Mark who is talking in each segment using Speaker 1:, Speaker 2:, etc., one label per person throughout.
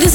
Speaker 1: This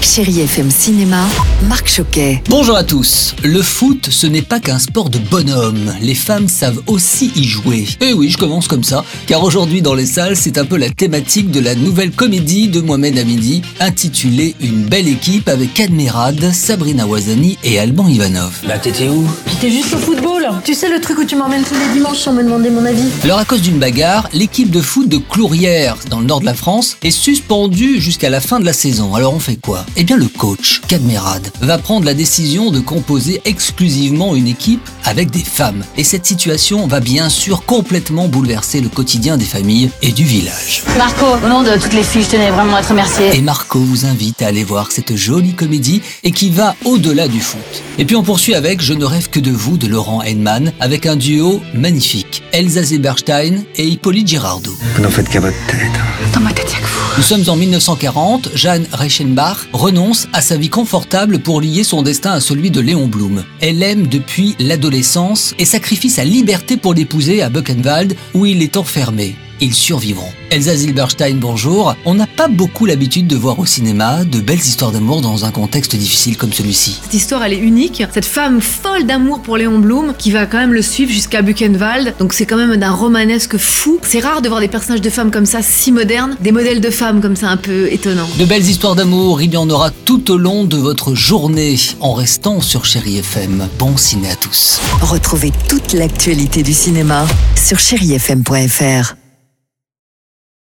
Speaker 2: Chérie FM Cinéma, Marc Choquet.
Speaker 3: Bonjour à tous. Le foot, ce n'est pas qu'un sport de bonhomme. Les femmes savent aussi y jouer. Et oui, je commence comme ça, car aujourd'hui dans les salles, c'est un peu la thématique de la nouvelle comédie de Mohamed Hamidi, intitulée Une belle équipe avec Admirad, Sabrina Wazani et Alban Ivanov.
Speaker 4: Bah t'étais où
Speaker 5: T'es juste au football. Tu sais le truc où tu m'emmènes tous les dimanches sans me demander mon avis
Speaker 3: Alors à cause d'une bagarre, l'équipe de foot de Clourières, dans le nord de la France, est suspendue jusqu'à la fin de la saison. Alors on fait quoi Eh bien le coach, Cadmerad, va prendre la décision de composer exclusivement une équipe avec des femmes. Et cette situation va bien sûr complètement bouleverser le quotidien des familles et du village.
Speaker 6: Marco, au nom de toutes les filles, je tenais vraiment à te remercier.
Speaker 3: Et Marco vous invite à aller voir cette jolie comédie et qui va au-delà du foot. Et puis on poursuit avec Je ne rêve que de vous de Laurent Henman avec un duo magnifique, Elsa Zeberstein et Hippolyte Girardot.
Speaker 4: Vous n'en faites qu'à votre tête.
Speaker 3: Nous sommes en 1940, Jeanne Reichenbach renonce à sa vie confortable pour lier son destin à celui de Léon Blum. Elle aime depuis l'adolescence et sacrifie sa liberté pour l'épouser à Buchenwald où il est enfermé. Ils survivront. Elsa Zilberstein, bonjour. On n'a pas beaucoup l'habitude de voir au cinéma de belles histoires d'amour dans un contexte difficile comme celui-ci.
Speaker 7: Cette histoire, elle est unique. Cette femme folle d'amour pour Léon Blum, qui va quand même le suivre jusqu'à Buchenwald. Donc c'est quand même d'un romanesque fou. C'est rare de voir des personnages de femmes comme ça, si modernes, des modèles de femmes comme ça, un peu étonnants.
Speaker 3: De belles histoires d'amour, il y en aura tout au long de votre journée en restant sur Chéri FM. Bon ciné à tous.
Speaker 2: Retrouvez toute l'actualité du cinéma sur chérifm.fr.